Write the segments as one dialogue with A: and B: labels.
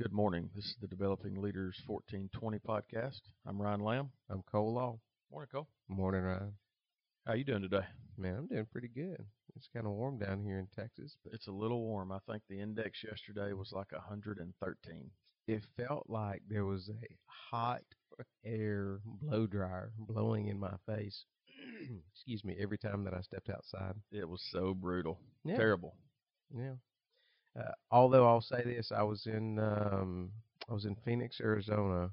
A: Good morning. This is the Developing Leaders 1420 podcast. I'm Ryan Lamb.
B: I'm Cole Law.
A: Morning, Cole.
B: Morning, Ryan.
A: How you doing today?
B: Man, I'm doing pretty good. It's kind of warm down here in Texas, but
A: It's a little warm. I think the index yesterday was like 113.
B: it felt like there was a hot air blow dryer blowing in my face. Excuse me, every time that I stepped outside.
A: It was so brutal.
B: Yeah.
A: Terrible.
B: Yeah. Uh, although I'll say this, I was in um, I was in Phoenix, Arizona.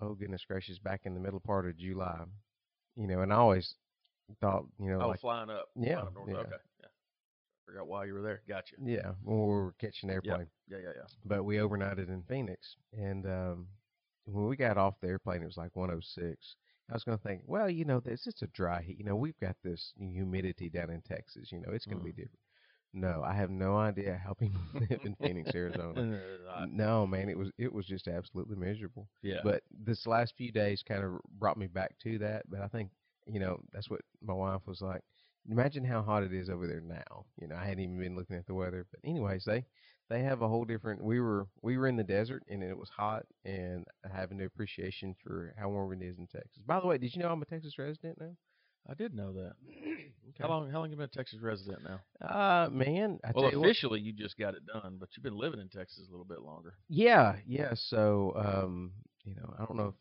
B: Oh goodness gracious! Back in the middle part of July, you know, and I always thought, you know,
A: Oh,
B: like
A: flying up.
B: Yeah,
A: Flying up north.
B: yeah.
A: Okay. Yeah. Forgot why you were there. Gotcha.
B: yeah, when we were catching airplane.
A: Yeah, yeah, yeah.
B: but we overnighted in Phoenix. And um, when we got off the airplane, it was like 106. I was going to think, well, you know, this it's a dry heat. You know, we've got this humidity down in Texas. You know, it's going to be
A: Mm.
B: different. No, I have no idea how people live in Phoenix, Arizona.
A: Uh,
B: No, man, it was it was just absolutely miserable.
A: yeah.
B: But this last few days kind of brought me back to that. But I think you know that's what my wife was like. Imagine how hot it is over there now. You know, I hadn't even been looking at the weather. But anyways, they they have a whole different. We were we were in the desert and it was hot, and I have no appreciation for how warm it is in Texas. By the way, did you know I'm a Texas resident now?
A: I did know that.
B: okay.
A: How long how long you been a Texas resident now?
B: Uh, man, I
A: well,
B: tell you what-
A: officially you just got it done, but you've been living in Texas a little bit longer.
B: Yeah, yeah. So, um, you know, I don't know. If,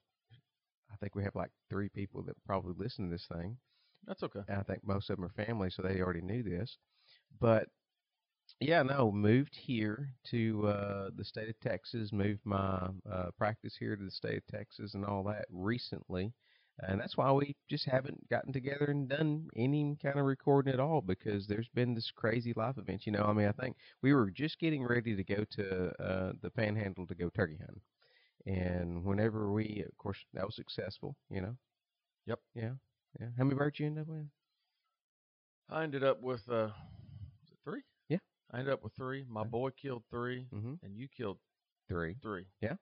B: I think we have like three people that probably listen to this thing.
A: That's okay.
B: and I think most of them are family, so they already knew this. But yeah, no, moved here to uh, the state of Texas, moved my uh, practice here to the state of Texas, and all that recently, and that's why we just haven't gotten together and done any kind of recording at all because there's been this crazy life event. You know, I mean, I think we were just getting ready to go to uh, the Panhandle to go turkey hunting. And whenever we, of course, that was successful, you know.
A: Yep.
B: Yeah. Yeah. How many birds you end up with?
A: I ended up with uh, was it three?
B: Yeah.
A: I ended up with three. My
B: Okay.
A: boy killed three,
B: Mm-hmm.
A: and you killed
B: Three.
A: three.
B: Yeah.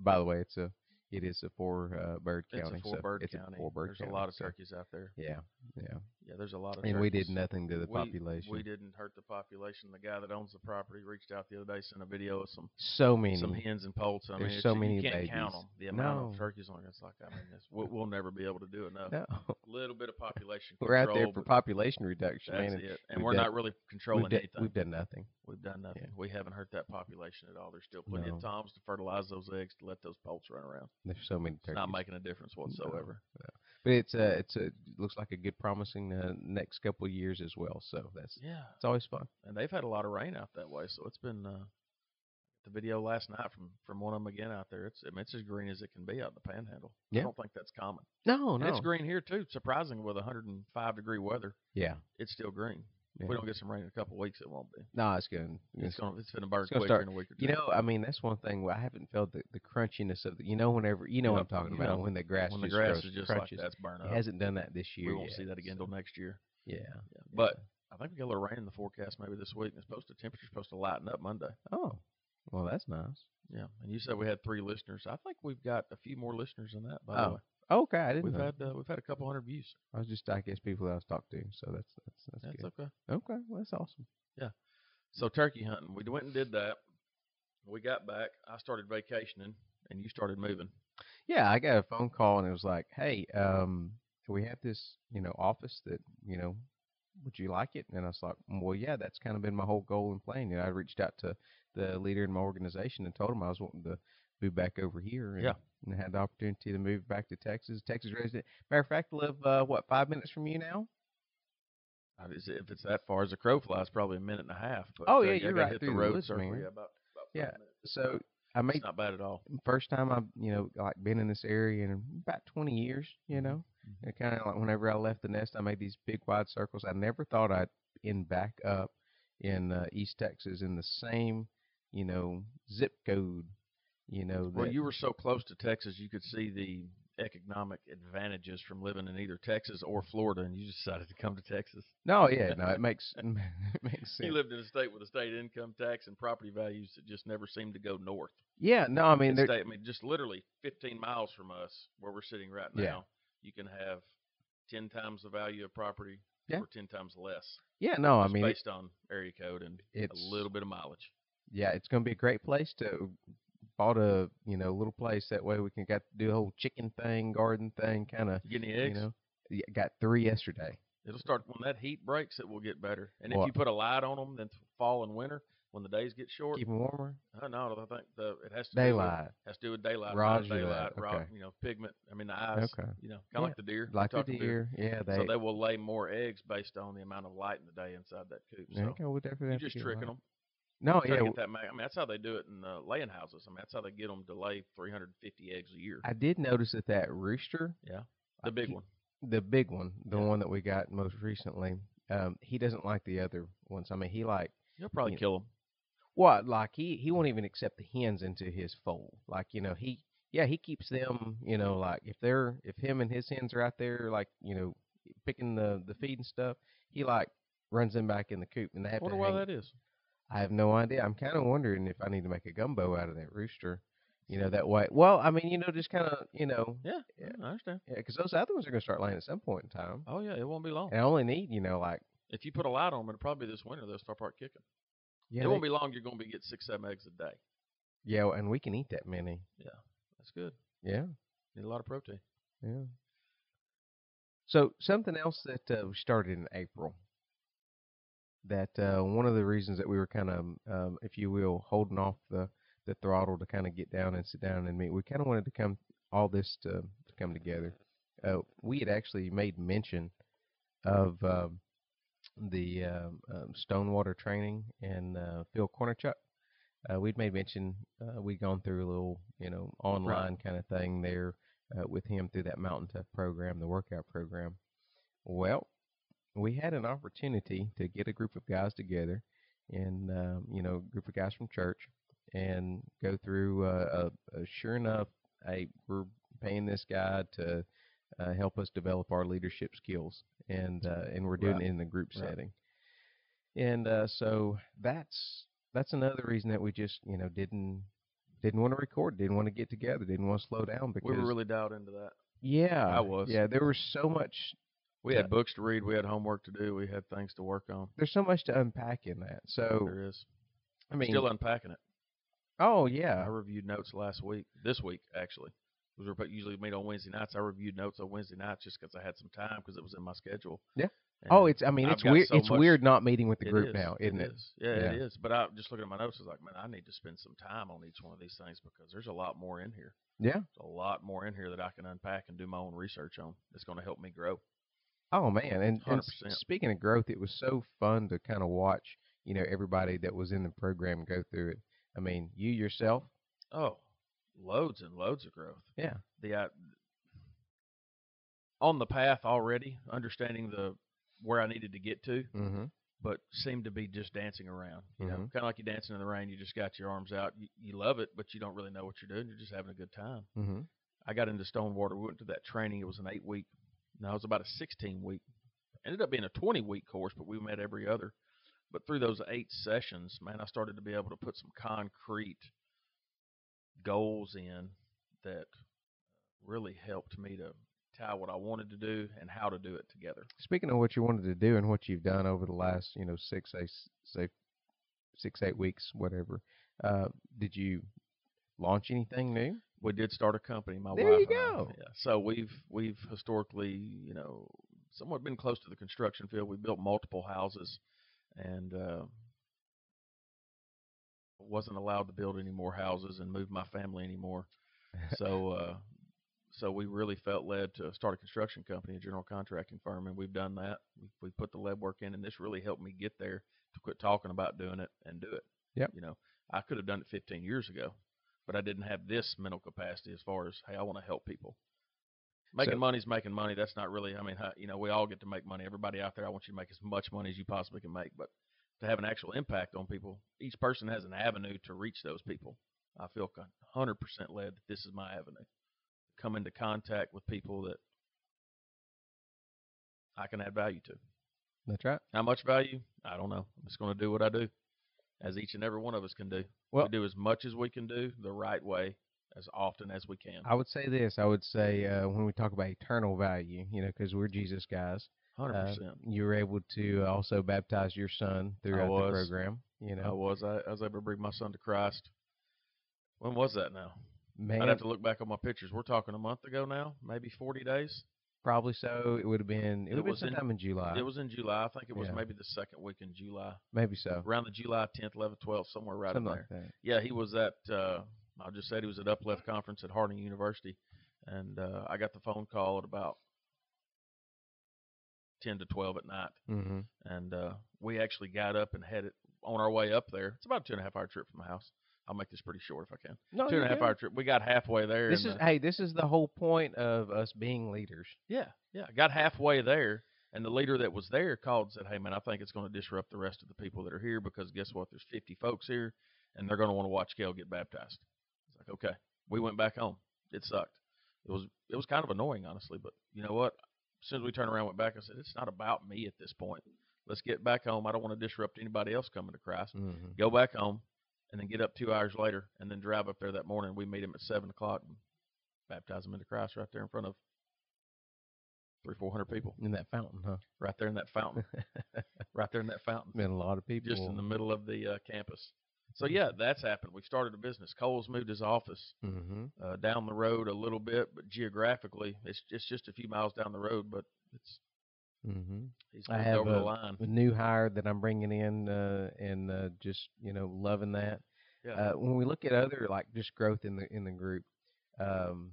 B: By the way, it's a it is a four uh, bird
A: It's
B: county.
A: a four
B: so
A: bird
B: it's
A: county.
B: A four bird
A: there's
B: county,
A: a lot of
B: so-
A: turkeys out there.
B: Yeah. Yeah.
A: Yeah, there's a lot of.
B: And we did
A: turkeys.
B: nothing to the
A: We-
B: population.
A: We didn't hurt the population. The guy that owns the property reached out the other day, sent a video of some
B: so many.
A: some hens and poults. I mean,
B: there's
A: it's-
B: so
A: you
B: many
A: can't count
B: babies.
A: them. The amount of
B: No.
A: turkeys on it. it's like I mean, it's, we'll, we'll never be able to do enough.
B: no.
A: Little bit of population
B: We're out there
A: control,
B: for
A: but
B: population reduction,
A: that's
B: man. and
A: it, and
B: we've
A: we're
B: done-
A: not really
B: We've,
A: controlling
B: done-
A: anything.
B: we've done nothing.
A: We've done nothing. We haven't hurt that population at all. There's still plenty
B: No.
A: of toms to fertilize those eggs to let those poults run around.
B: There's so many
A: It's
B: turkeys.
A: not making a difference whatsoever.
B: but it's a it's a looks like a good promising uh, next couple of years as well. So that's
A: Yeah,
B: it's always fun.
A: and they've had a lot of rain out that way, so it's been uh, the video last night from from one of them again out there. It's I mean, it's as green as it can be out in the Panhandle.
B: Yeah.
A: I don't think that's common.
B: No,
A: And
B: no.
A: It's green here too. Surprising with 105 degree weather,
B: Yeah.
A: it's still green.
B: yeah.
A: If we don't get some rain in a couple of weeks, it won't be.
B: no, it's good.
A: It's, gonna it's gonna burn
B: it's gonna
A: quick
B: start-
A: in a week or two.
B: You know, I mean, that's one thing where I haven't felt the, the crunchiness of the. You know, whenever you know what I'm
A: Yeah,
B: talking
A: you
B: about
A: know,
B: when the grass
A: when the
B: just
A: grass
B: grows,
A: is just
B: crunches.
A: like that's burn
B: It
A: up.
B: hasn't done that this year.
A: We won't
B: yet,
A: see that again
B: so-
A: till next year.
B: yeah.
A: Yeah.
B: yeah.
A: But I think we got a little rain in the forecast maybe this week. And it's supposed to temperature's supposed to lighten up Monday.
B: oh, well, that's nice.
A: Yeah, and you said we had three listeners. I think we've got a few more listeners than that. By the
B: Oh,
A: way,
B: Okay, I didn't.
A: we've
B: know.
A: had uh, we've had a couple hundred views.
B: I was just, I guess, people that I was talking to. So that's that's that's,
A: That's
B: good.
A: okay.
B: okay, well, that's awesome.
A: So turkey hunting, we went and did that. We got back. I started vacationing, and you started moving.
B: Yeah, I got a phone call and it was like, hey, um, we have this, you know, office that, you know, would you like it? And I was like, well, yeah, that's kind of been my whole goal and plan. You know, I reached out to the leader in my organization and told him I was wanting to move back over here. And,
A: Yeah.
B: And had the opportunity to move back to Texas, Texas resident. Matter of fact, I live, uh, what, five minutes from you now?
A: I just- If it's that far as a crow flies, probably a minute and a half. But
B: Oh,
A: uh,
B: yeah,
A: I
B: you're
A: gotta
B: right
A: Hit
B: through
A: the
B: the
A: road
B: woods,
A: circle.
B: man.
A: Yeah, about, about
B: Yeah,
A: five minutes.
B: So I
A: it's
B: made
A: not bad at all.
B: first time I've you know like been in this area in about 20 years. You know,
A: Mhm.
B: and kind of like whenever I left the nest, I made these big wide circles. I never thought I'd end back up in uh, East Texas in the same you know zip code. You know,
A: Well,
B: that-
A: you were so close to Texas, you could see the economic advantages from living in either Texas or Florida, and you decided to come to Texas.
B: no, yeah, no, it makes it makes
A: He
B: sense.
A: lived in a state with a state income tax and property values that just never seemed to go north.
B: Yeah, no, I mean,
A: And
B: there-
A: stay, I mean, just literally 15 miles from us, where we're sitting right now,
B: Yeah.
A: you can have 10 times the value of property
B: Yeah.
A: for 10 times less,
B: yeah, no, I
A: just
B: mean, it-
A: based on area code and
B: it's
A: a little bit of mileage.
B: yeah, it's going to be a great place to bought a you know little place that way we can got do a whole chicken thing, garden thing, kind of
A: You get any
B: you
A: eggs?
B: know. Yeah, Got three yesterday.
A: It'll start when that heat breaks. It will get better. And
B: Well-
A: if you put a light on them, then th- fall and winter when the days get short.
B: Keep 'em warmer.
A: I know. I think the it has to
B: Daylight.
A: Do with, has to do with daylight. not
B: Roger that,
A: daylight. ro-
B: okay.
A: you know, pigment. I mean, the eyes.
B: Okay.
A: You know, kind of
B: Yeah,
A: like the deer. we
B: Like the
A: talked to
B: deer. Yeah, they.
A: So they will lay more eggs based on the amount of light in the day inside that coop.
B: there you
A: So
B: go, we'll definitely
A: you're
B: have to
A: just
B: get
A: tricking
B: light.
A: them.
B: No, Oh, yeah,
A: Trying to
B: w-
A: get that mag- I mean, that's how they do it in uh, laying houses. I mean, that's how they get them to lay 350 eggs a year.
B: I did notice that that rooster,
A: the big
B: he-
A: one.
B: the big one, the
A: Yeah.
B: one that we got most recently, um, he doesn't like the other ones. I mean, he like
A: You'll probably
B: yeah.
A: kill them.
B: what? Like he he won't even accept the hens into his fold. Like you know he yeah he keeps them. You know like if they're if him and his hens are out there like you know picking the the feed and stuff, he like runs them back in the coop and they have
A: Wonder
B: to
A: why
B: hang.
A: that is.
B: I have no idea. I'm kind of wondering if I need to make a gumbo out of that rooster. You know that way. Well, I mean, you know, just kind of, you know,
A: Yeah,
B: Yeah.
A: I understand.
B: because those other ones are going to start laying at some point in time.
A: Oh yeah, it won't be long.
B: And I only need, you know, like
A: If you put a light on them, it'll probably be this winter they'll start part kicking.
B: yeah,
A: it won't
B: they-
A: be long. You're going to be getting six, seven eggs a day.
B: yeah, well, and we can eat that many.
A: That's good.
B: Yeah,
A: Need a lot of protein.
B: yeah. So something else that uh, we started in April. That uh, one of the reasons that we were kind of, um, if you will, holding off the the throttle to kind of get down and sit down and meet. We kind of wanted to come all this to, to come together. Uh, we had actually made mention of um, the um, um, Stonewater training and uh, Phil Cornerchuck. Uh, we'd made mention uh, we'd gone through a little, you know, online kind of thing there uh, with him through that Mountain Tough program, the workout program. Well, we had an opportunity to get a group of guys together, and um, you know, a group of guys from church, and go through. Uh, a, a sure enough, a we're paying this guy to uh, help us develop our leadership skills, and uh, and we're doing
A: Right.
B: it in the group
A: Right.
B: setting. And uh, so that's that's another reason that we just you know didn't didn't want to record, didn't want to get together, didn't want to slow down because
A: We were really dialed into that.
B: yeah
A: I was.
B: yeah there was so much
A: We
B: Yeah.
A: had books to read. We had homework to do. We had things to work on.
B: there's so much to unpack in that. So
A: There is.
B: I mean,
A: Still unpacking it.
B: oh
A: I
B: yeah,
A: reviewed notes last week. This week actually. 'Cause We're about- usually meet on Wednesday nights. I reviewed notes on Wednesday nights just because I had some time because it was in my schedule.
B: Yeah.
A: And
B: oh it's I mean
A: I've
B: it's
A: got
B: weird
A: so
B: it's
A: much-
B: weird not meeting with the group
A: is,
B: now, isn't it?
A: is. Yeah, it is. But I just looking at my notes, I was like, man, I need to spend some time on each one of these things because there's a lot more in here.
B: Yeah.
A: There's a lot more in here that I can unpack and do my own research on. That's going to help me grow.
B: Oh man, and, and s-
A: 100%.
B: speaking of growth, it was so fun to kind of watch you know everybody that was in the program go through it. I mean, you yourself,
A: Oh, loads and loads of growth.
B: yeah,
A: The I, on the path already, understanding the where I needed to get to,
B: mm-hmm.
A: but seemed to be just dancing around. You know,
B: Mhm.
A: kind of like you're dancing in the rain. You just got your arms out. You, you love it, but you don't really know what you're doing. You're just having a good time.
B: Mm-hmm.
A: I got into Stonewater. We went to that training. It was an eight week. No, it was about a sixteen week. Ended up being a twenty week course, but we met every other. But through those eight sessions, man, I started to be able to put some concrete goals in that really helped me to tie what I wanted to do and how to do it together.
B: Speaking of what you wanted to do and what you've done over the last, you know, six, eight, say, six, eight weeks, whatever, uh, did you launch anything new?
A: We did start a company. My
B: There you
A: wife and I,
B: go.
A: yeah. So we've we've historically, you know, somewhat been close to the construction field. We built multiple houses, and uh, wasn't allowed to build any more houses and move my family anymore. So uh, so we really felt led to start a construction company, a general contracting firm, and we've done that. We we put the lead work in, and this really helped me get there to quit talking about doing it and do it.
B: Yep.
A: You know, I could have done it 15 years ago but I didn't have this mental capacity as far as hey, I want to help people. Making
B: So-
A: money's making money. That's not really. I mean, huh, you know, we all get to make money. Everybody out there, I want you to make as much money as you possibly can make. But to have an actual impact on people, each person has an avenue to reach those people. I feel hundred percent led. That this is my avenue. Come into contact with people that I can add value to.
B: That's right.
A: How much value? I don't know. I'm just going to do what I do, as each and every one of us can do.
B: Well-
A: we do as much as we can do the right way as often as we can.
B: I uh, would say this. I would say uh, when we talk about eternal value, you know, because we're Jesus guys,
A: Hundred
B: uh,
A: percent.
B: you were able to also baptize your son throughout the
A: was.
B: program. You
A: I
B: know,
A: was. I, I was able to bring my son to Christ. When was that now? I'd
B: man,
A: have to look back on my pictures. We're talking a month ago now, maybe 40 days.
B: probably so. It would have been. It,
A: It
B: would have
A: was in-
B: been sometime in, July.
A: It was in July. I think it was
B: Yeah.
A: maybe the second week in July,
B: maybe so.
A: around the July 10th, 11th, 12th, somewhere right in
B: Something
A: there.
B: like that.
A: Yeah, he was at. Uh, I just said he was at Upleft Conference at Harding University, and uh, I got the phone call at about ten to twelve at night,
B: Mm-hmm.
A: and uh, we actually got up and headed on our way up there. It's about a two and a half hour trip from the house. I'll make this pretty short if I can.
B: No,
A: Two and a
B: you're
A: half
B: good.
A: hour trip. We got halfway there.
B: Oh, This
A: and,
B: is
A: uh,
B: hey. This is the whole point of us being leaders.
A: yeah, yeah. Got halfway there, and the leader that was there called and said, "Hey, man, I think it's going to disrupt the rest of the people that are here because guess what? There's 50 folks here, and they're going to want to watch Gail get baptized." It's like, okay, we went back home. It sucked. It was it was kind of annoying, honestly. But you know what? As soon as we turned around, and went back, I said, "It's not about me at this point. Let's get back home. I don't want to disrupt anybody else coming to Christ."
B: Mm-hmm.
A: go back home, and then get up two hours later, and then drive up there that morning. We meet him at seven o'clock and baptize him into Christ right there in front of three, four hundred people,
B: In that fountain, huh?
A: right there in that fountain, right there in that fountain,
B: Been a lot of people.
A: just in the middle of the uh, campus. So yeah, that's happened. We've started a business. Cole's moved his office
B: Mm-hmm.
A: uh, down the road a little bit, but geographically, it's it's just a few miles down the road, but it's
B: Mm-hmm.
A: he's
B: I
A: moved
B: have
A: over the
B: a-
A: line.
B: The new hire that I'm bringing in, uh, and uh, just you know, loving that.
A: Yeah,
B: Uh, when we look at other like just growth in the in the group, um,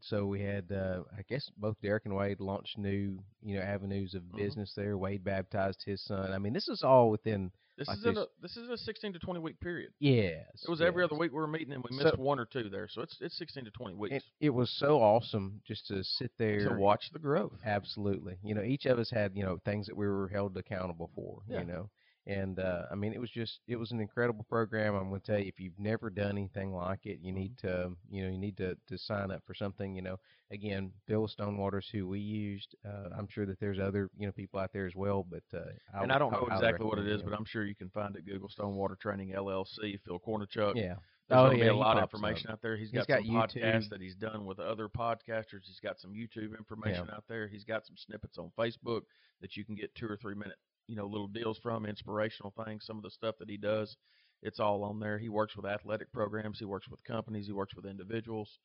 B: so we had uh, I guess both Derek and Wade launched new you know avenues of
A: Mhm.
B: business there. Wade baptized his son. I mean, this is all within
A: this
B: like
A: is in
B: this-
A: a this is in a sixteen to twenty week period.
B: yes.
A: It was every
B: yes.
A: other week we were meeting, and we missed
B: So-
A: one or two there. So it's it's sixteen to twenty weeks
B: It, it was so awesome just to sit there
A: to watch the growth.
B: Absolutely. You know, each of us had, you know, things that we were held accountable for,
A: Yeah.
B: you know. And uh, I mean, it was just, it was an incredible program. I'm going to tell you, if you've never done anything like it,
A: Mm-hmm.
B: you need to, you know, you need to, to sign up for something. You know, again, Bill Stonewaters, who we used, uh, I'm sure that there's other, you know, people out there as well. But uh, I
A: and
B: would
A: I don't
B: hi-
A: know
B: highly
A: exactly what it
B: recommend
A: is, but I'm sure you can find it. Google Stonewater Training LLC. Phil Kornichuk.
B: him. yeah,
A: There's
B: Oh,
A: gonna
B: yeah,
A: be a
B: he
A: lot of
B: pops up.
A: information out there. He's
B: He's
A: got,
B: got
A: some podcasts
B: YouTube.
A: that he's done with other podcasters. He's got some YouTube information out there. He's got some snippets on Facebook that you can get two or three minute, you know, little deals from, inspirational things. Some of the stuff that he does, it's all on there. He works with athletic programs. He works with companies. He works with individuals.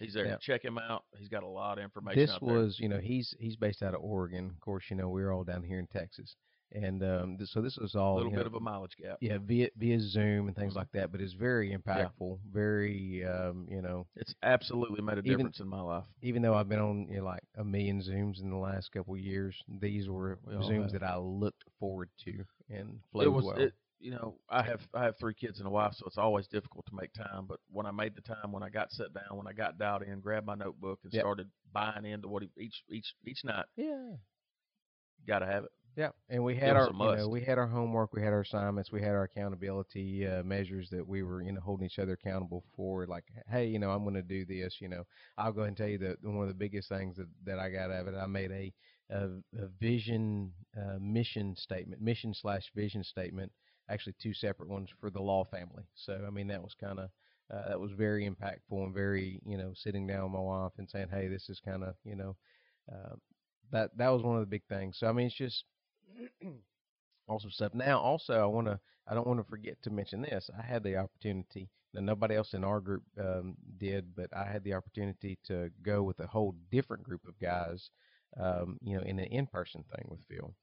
A: He's there.
B: Yeah.
A: Check him out. He's got a lot of information.
B: this
A: out there.
B: was you know he's he's based out of Oregon. Of course, you know we're all down here in Texas, and um, th- so this was
A: a
B: all you
A: little
B: know,
A: bit of a mileage gap.
B: yeah via via zoom and things
A: Mhm.
B: like that but it's very impactful very um you know
A: It's absolutely made a
B: Even-
A: difference in my life.
B: even though i've been on you know, like a million zooms in the last couple of years these were
A: We all
B: zooms
A: have.
B: that i looked forward to and flowed
A: It was,
B: well
A: it, you know, I have I have three kids and a wife, so it's always difficult to make time. But when I made the time, when I got set down, when I got dialed in, grabbed my notebook and
B: Yep.
A: started buying into what he, each each each night,
B: yeah
A: got to have it.
B: yeah and we had
A: was a
B: our you know,
A: must.
B: we had our homework we had our assignments we had our accountability uh, measures that we were you know holding each other accountable for like hey you know i'm going to do this you know i'll go ahead and tell you that one of the biggest things that, that i got out of it i made a a, a vision uh, mission statement, mission slash vision statement. Actually, two separate ones for the law family. So I mean, that was kind of uh, that was very impactful and very you know sitting down with my wife and saying, hey, this is kind of you know uh, that that was one of the big things. So I mean, it's just awesome stuff. Now, also, I want to I don't want to forget to mention this. I had the opportunity. Now, nobody else in our group um, did, but I had the opportunity to go with a whole different group of guys um, you know, in an in-person thing with Phil.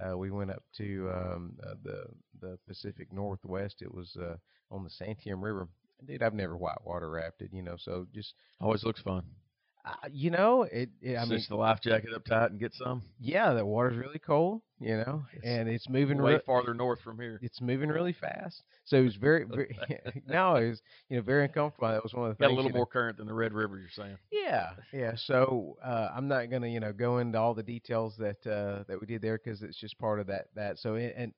B: Uh, we went up to um, uh, the the Pacific Northwest. It was uh, on the Santiam River. Dude, I've never whitewater rafted, you know. So just
A: Always looks fun.
B: uh, you know, it. it I
A: Cinch
B: mean,
A: the life jacket up tight and get some.
B: yeah, the water's really cold, you know,
A: It's
B: and it's moving
A: way
B: re-
A: farther north from here.
B: It's moving really fast. So it was very, very no, it was you know very uncomfortable. That was one of the
A: Got a
B: things,
A: little
B: you know,
A: more current than the Red River. You're saying?
B: Yeah, yeah. So uh, I'm not gonna, you know, go into all the details that uh, that we did there because it's just part of that. That so a- and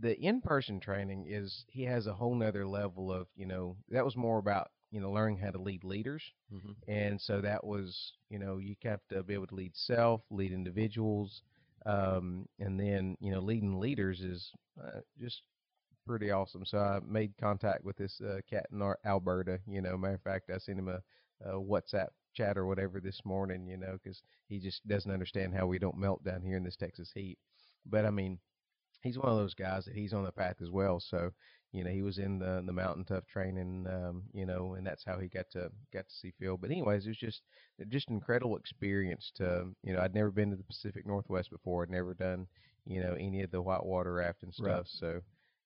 B: the in-person training is he has a whole nother level of, you know, that was more about you know learning how to lead leaders,
A: Mm-hmm.
B: and so that was, you know, you have to be able to lead self, lead individuals, um, and then you know leading leaders is uh, just pretty awesome. So I made contact with this uh, cat in Ar- Alberta. You know, matter of fact, I sent him a, a WhatsApp chat or whatever this morning. You know, because he just doesn't understand how we don't melt down here in this Texas heat. But I mean, he's one of those guys that he's on the path as well. So, you know, he was in the the mountain tough training, um, you know, and that's how he got to got to see Phil. But anyways, it was just just an incredible experience to you know I'd never been to the Pacific Northwest before. I'd never done you know any of the whitewater rafting stuff.
A: Right.
B: So,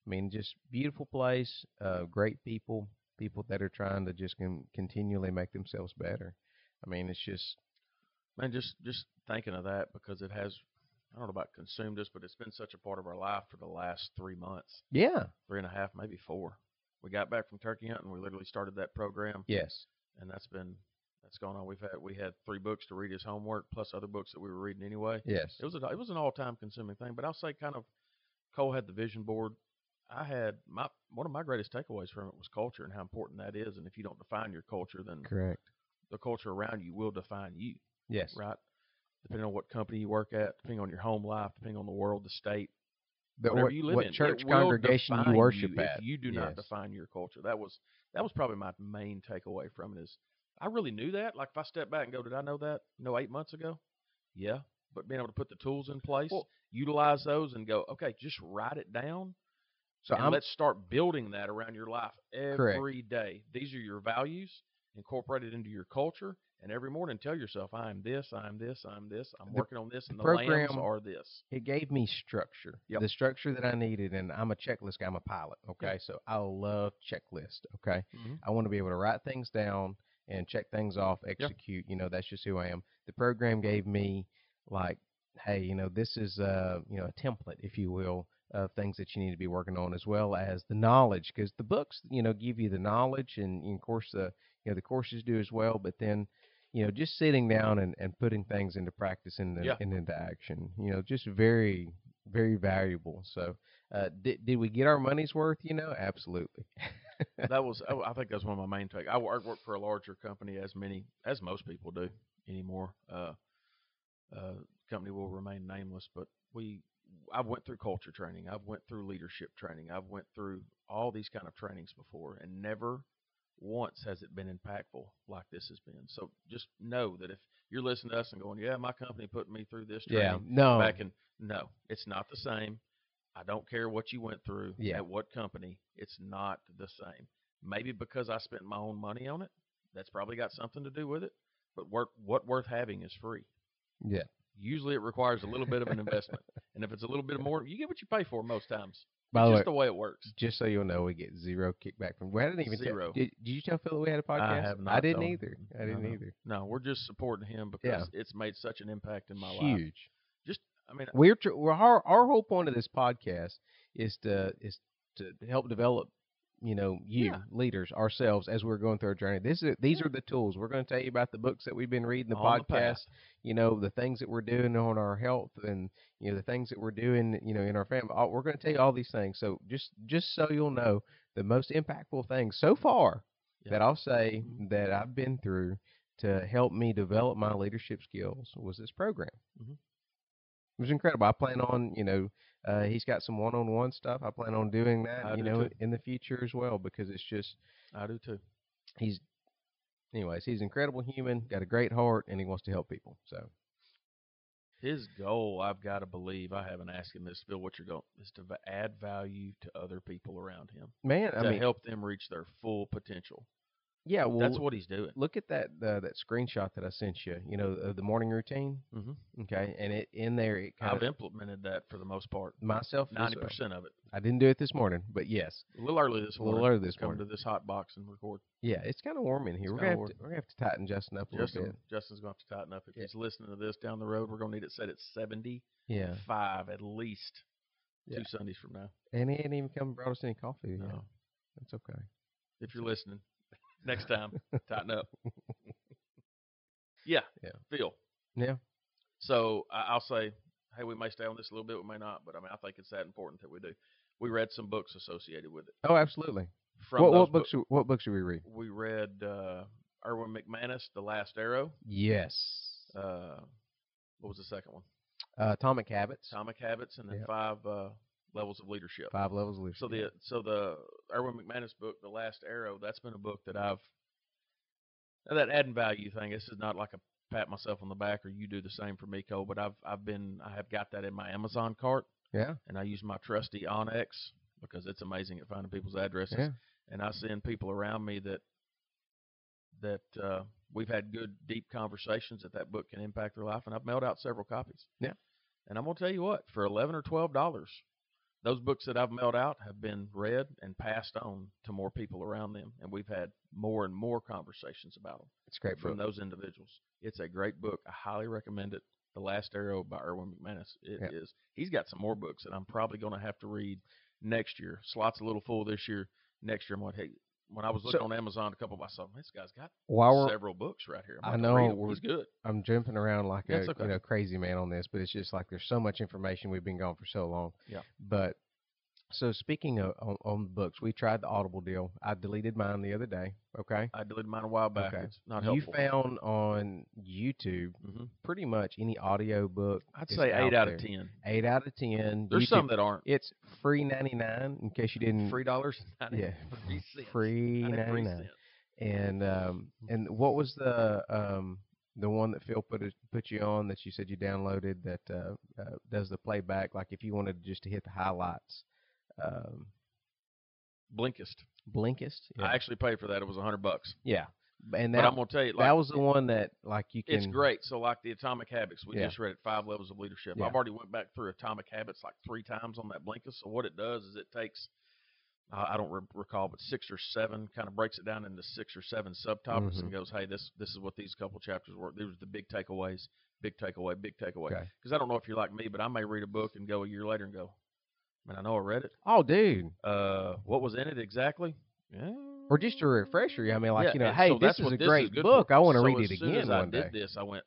B: I mean, just beautiful place, uh, great people, people that are trying to just con- continually make themselves better. I mean, it's just
A: Man, just just thinking of that because it has I don't know about consumed us, but it's been such a part of our life for the last three months,
B: yeah,
A: three and a half, maybe four. We got back from turkey hunting. We literally started that program,
B: yes,
A: and that's been that's gone on. We've had we had three books to read as homework, plus other books that we were reading anyway.
B: yes,
A: It was a, it was an all time consuming thing, but I'll say kind of Cole had the vision board. I had my one of my greatest takeaways from it was culture and how important that is. And if you don't define your culture, then
B: correct,
A: the culture around you will define you
B: yes,
A: right? Depending on what company you work at, depending on your home life, depending on the world, the state,
B: The-
A: whatever
B: what,
A: you live
B: what
A: in, it
B: church
A: will
B: congregation
A: define
B: you worship
A: if
B: at.
A: you do not
B: Yes.
A: define your culture. That was that was probably my main takeaway from it is I really knew that. Like if I step back and go, did I know that? You know, eight months ago, yeah. But being able to put the tools in place,
B: Well-
A: utilize those, and go, okay, just write it down.
B: So
A: and
B: I'm
A: let's start building that around your life every day.
B: Correct.
A: These are your values incorporated into your culture. And every morning, tell yourself, "I am this. I am this. I am this. I'm
B: The
A: working on this, and the lambs
B: program-
A: are this."
B: it gave me structure
A: Yep.
B: the structure that i needed and i'm a checklist guy i'm a pilot okay so i love checklist okay
A: Mhm.
B: i want to be able to write things down and check things off execute you know that's just who i am the program gave me like hey you know this is uh you know a template if you will of things that you need to be working on as well as the knowledge because the books you know give you the knowledge and, and of course the you know the courses do as well but then you know, just sitting down and, and putting things into practice and,
A: Yeah.
B: and into action, you know, just very, very valuable. So, uh, did, did we get our money's worth? You know, absolutely.
A: that was, oh, I- I think, that's one of my main take. I work, work for a larger company, as many as most people do anymore. Uh, uh, company will remain nameless, but we, I went through culture training. I've went through leadership training. I've went through all these kind of trainings before, and never once has it been impactful like this has been. So just know that if you're listening to us and going, "Yeah, my company put me through this training,"
B: Yeah. No.
A: back in no it's not the same i don't care what you went through
B: Yeah.
A: at what company it's not the same maybe because i spent my own money on it that's probably got something to do with it but work, what worth having is free
B: yeah.
A: usually it requires a little bit of an investment and if it's a little bit more you get what you pay for most times
B: By
A: it's
B: the way,
A: just the way it works
B: just so you'll know, we get zero kickback from. We hadn't even tell-
A: Zero.
B: did, did you tell Phil that we had a podcast?
A: have not
B: didn't
A: told him.
B: either. I
A: No,
B: didn't
A: no.
B: either.
A: no we're just supporting him because it's made such an impact in my life
B: Huge.
A: i mean
B: We're, tr- we're our our whole point of this podcast is to is to help develop you know you
A: Yeah.
B: leaders ourselves as we're going through our journey. This is these
A: Yeah.
B: are the tools we're going to tell you about the books that we've been reading, the
A: on the
B: podcast,
A: path,
B: you know the things that we're doing on our health and you know the things that we're doing you know in our family. All, we're going to tell you all these things. So just just so you'll know, the most impactful thing so far
A: Yeah.
B: that I'll say
A: Mhm.
B: that I've been through to help me develop my leadership skills was this program.
A: Mhm.
B: It was incredible. I plan on, you know, uh, he's got some one-on-one stuff. I plan on doing that,
A: I
B: you
A: do
B: know,
A: too.
B: in the future as well because it's just
A: i do too
B: he's, anyways, he's an incredible human, got a great heart, and he wants to help people. So
A: His goal, I've got to believe, I haven't asked him this, Bill, what you're going, is to v- add value to other people around him
B: man, I
A: to
B: mean,
A: help them reach their full potential.
B: yeah, well,
A: That's what he's doing.
B: look at that uh, that screenshot that I sent you. You know, of the morning routine.
A: Mhm.
B: Okay, and it in there it
A: I've
B: kind of
A: implemented that for the most part,
B: myself. as
A: ninety
B: well.
A: percent of it.
B: I didn't do it this morning, but yes,
A: A little early this
B: a little
A: morning.
B: early this
A: Come
B: morning.
A: to this hot box and record.
B: Yeah, it's kind of warm in here.
A: It's
B: We're
A: kinda
B: gonna, have to, we're gonna have to tighten Justin up a little
A: Justin,
B: bit.
A: Justin's going to have to tighten up. If
B: Yeah.
A: he's listening to this down the road, we're going to need it set at seventy-five
B: Yeah,
A: at least
B: Yeah.
A: two Sundays from now.
B: and he ain't even come and brought us any coffee. yet.
A: No.
B: that's okay.
A: if you're listening, next time, tighten up. Yeah,
B: Yeah.
A: Phil.
B: Yeah.
A: So I- I'll say, hey, we may stay on this a little bit, we may not, but I mean, I think it's that important that we do. We read some books associated with it.
B: Oh, absolutely.
A: From
B: what
A: those
B: what books? are- What books are we reading?
A: we read uh, Erwin McManus, The Last Arrow.
B: Yes, uh,
A: Uh, what was the second one?
B: Atomic Habits.
A: Atomic Habits, and then
B: Yep.
A: Five uh, Levels of Leadership.
B: Five levels of
A: So
B: leadership.
A: the so the Erwin McManus book, The Last Arrow, that's been a book that I've now that adding value thing. This is not like a pat myself on the uh, back or you do the same for me, Cole. But I've I've been I have got that in my Amazon cart,
B: Yeah.
A: and I use my trusty Onyx because it's amazing at finding people's addresses.
B: Yeah.
A: And I send people around me that that uh, we've had good, deep conversations that that book can impact their life, and I've mailed out several copies.
B: Yeah.
A: And I'm gonna tell you what, for eleven or twelve dollars, those books that I've mailed out have been read and passed on to more people around them, and we've had more and more conversations about them
B: It's a great
A: from
B: book.
A: those individuals. It's a great book. I highly recommend it. The Last Arrow by Erwin McManus. It
B: Yeah.
A: is- He's got some more books that I'm probably going to have to read next year. Slot's a little full this year. Next year, I'm like, hey, when I was looking
B: So-
A: on Amazon, a couple of myself, this guy's got
B: While we're,
A: several books right here.
B: I
A: I'm gonna read
B: know,
A: 'em.
B: we're-
A: he's good.
B: I'm jumping around like a
A: That's okay.
B: you know crazy man on this, but it's just like there's so much information. We've been gone for so long.
A: Yeah.
B: But so speaking of on, on books, we tried the Audible deal. I deleted mine the other day. Okay.
A: I deleted mine a while back.
B: Okay.
A: It's not
B: you
A: helpful.
B: found on YouTube
A: hmm
B: pretty much any audio book.
A: I'd
B: is
A: say eight
B: out
A: out of
B: there.
A: ten.
B: Eight out of ten.
A: There's
B: YouTube-
A: some that aren't.
B: It's free ninety nine. In case you didn't.
A: Three dollars.
B: Yeah.
A: Three cents.
B: Free ninety
A: 93
B: nine.
A: cents.
B: And um
A: Mm-hmm.
B: and what was the um the one that Phil put it- put you on that you said you downloaded that uh, uh does the playback like if you wanted just to hit the highlights um
A: Blinkist.
B: Blinkist
A: I actually paid for that. It was a hundred bucks.
B: yeah and
A: but
B: that
A: I'm gonna tell you, like,
B: that was the one that like you can
A: it's great. So like the Atomic Habits, we
B: Yeah.
A: just read it, Five Levels of Leadership.
B: Yeah.
A: I've already went back through Atomic Habits like three times on that Blinkist. So what it does is it takes, uh, I I don't re- recall, but six or seven, kind of breaks it down into six or seven subtopics
B: Mm-hmm.
A: and goes, hey, this this is what these couple chapters were. These were the big takeaways, big takeaway, big takeaway.
B: Okay.
A: Because I don't know if you're like me, but I may read a book and go a year later and go, man, I know I read it.
B: Oh dude
A: Uh, what was in it exactly? Uh, Yeah.
B: or just a refresher I mean like
A: Yeah,
B: you know
A: and
B: hey
A: so
B: this
A: that's
B: is
A: what
B: a great
A: good
B: book
A: for.
B: I want to
A: So
B: read it
A: as soon
B: again
A: as
B: one
A: I
B: day
A: did this, I went,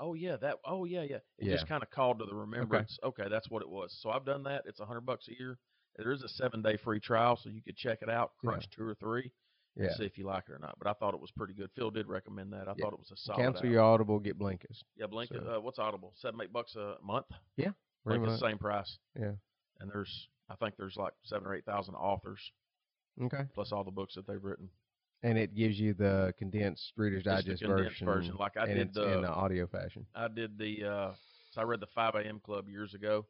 A: oh yeah, that, oh yeah, yeah. It
B: Yeah.
A: just kind of called to the remembrance. Okay. that's what it was. So I've done that. It's a hundred bucks a year. There is a seven day free trial, so you could check it out,
B: Yeah.
A: crunch two or three, and
B: yeah
A: see if you like it or not. But I thought it was pretty good. Phil did recommend that. I
B: Yeah.
A: thought it was a solid.
B: cancel
A: out.
B: your Audible get Blinkist
A: yeah, Blink.
B: so-
A: Uh, what's Audible? Seven eight bucks a month.
B: Pretty
A: like the
B: much.
A: same price.
B: Yeah.
A: And there's, I think there's like seven or eight thousand authors
B: okay
A: plus all the books that they've written.
B: and it gives you the condensed Reader's
A: Just the
B: Digest
A: condensed
B: version,
A: version, like I
B: and
A: did
B: it's
A: the
B: in the audio fashion
A: I did the uh, so I read the 5 a.m. Club years ago,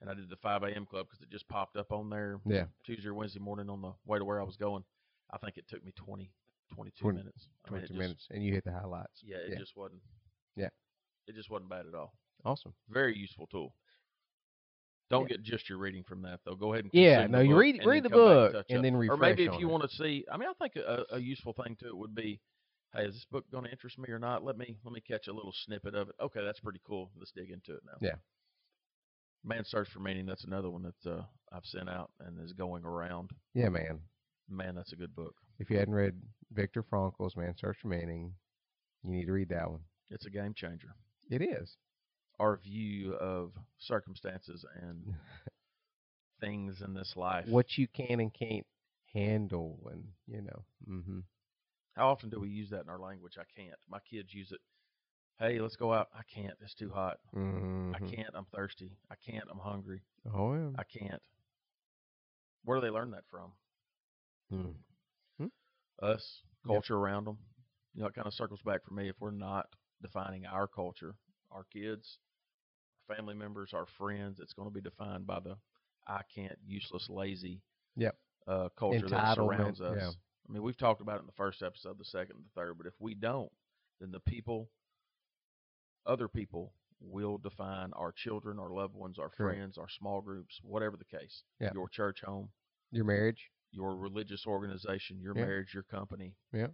A: and I did the 5 a.m. Club because it just popped up on there
B: yeah
A: Tuesday or Wednesday morning on the way to where I was going. I think it took me 20, 22
B: Twenty-
A: minutes. I mean,
B: 22
A: it just-
B: minutes and you hit the highlights.
A: Yeah, it
B: Yeah.
A: just wasn't.
B: Yeah.
A: it just wasn't bad at all.
B: Awesome.
A: Very useful tool. Don't get just your reading from that though. Go ahead and
B: Yeah,
A: consume
B: no,
A: the
B: you
A: book
B: read
A: and then
B: read the
A: come back and
B: book
A: touch
B: and
A: up.
B: then refresh.
A: or maybe if
B: on
A: you
B: it.
A: want to see. I mean, I think a, a useful thing to it would be, hey, is this book going to interest me or not? Let me let me catch a little snippet of it. Okay, that's pretty cool. Let's dig into it now.
B: Yeah.
A: Man Search for Meaning. That's another one that uh, I've sent out and is going around.
B: yeah, man.
A: Man, that's a good book.
B: If you hadn't read Victor Frankl's Man Search for Meaning, you need to read that one.
A: It's a game changer.
B: It is.
A: Our view of circumstances and things in this life.
B: What you can and can't handle, and you know, hmm
A: How often do we use that in our language? I can't. My kids use it. Hey, let's go out. I can't. It's too hot.
B: hmm
A: I can't. I'm thirsty. I can't. I'm hungry.
B: Oh, yeah.
A: I can't. Where do they learn that from?
B: Mm.
A: Us,
B: Yep.
A: culture around them. You know, it kind of circles back for me if we're not defining our culture, our kids, family members, our friends, it's going to be defined by the I can't, useless, lazy
B: Yep.
A: uh, culture that surrounds
B: Entitlement,
A: us.
B: yeah.
A: I mean, we've talked about it in the first episode, the second, and the third, but if we don't, then the people, other people, will define our children, our loved ones, our
B: Correct.
A: friends, our small groups, whatever the case,
B: Yeah.
A: your church home,
B: Your marriage.
A: your religious organization, your
B: Yeah.
A: marriage, your company,
B: Yeah.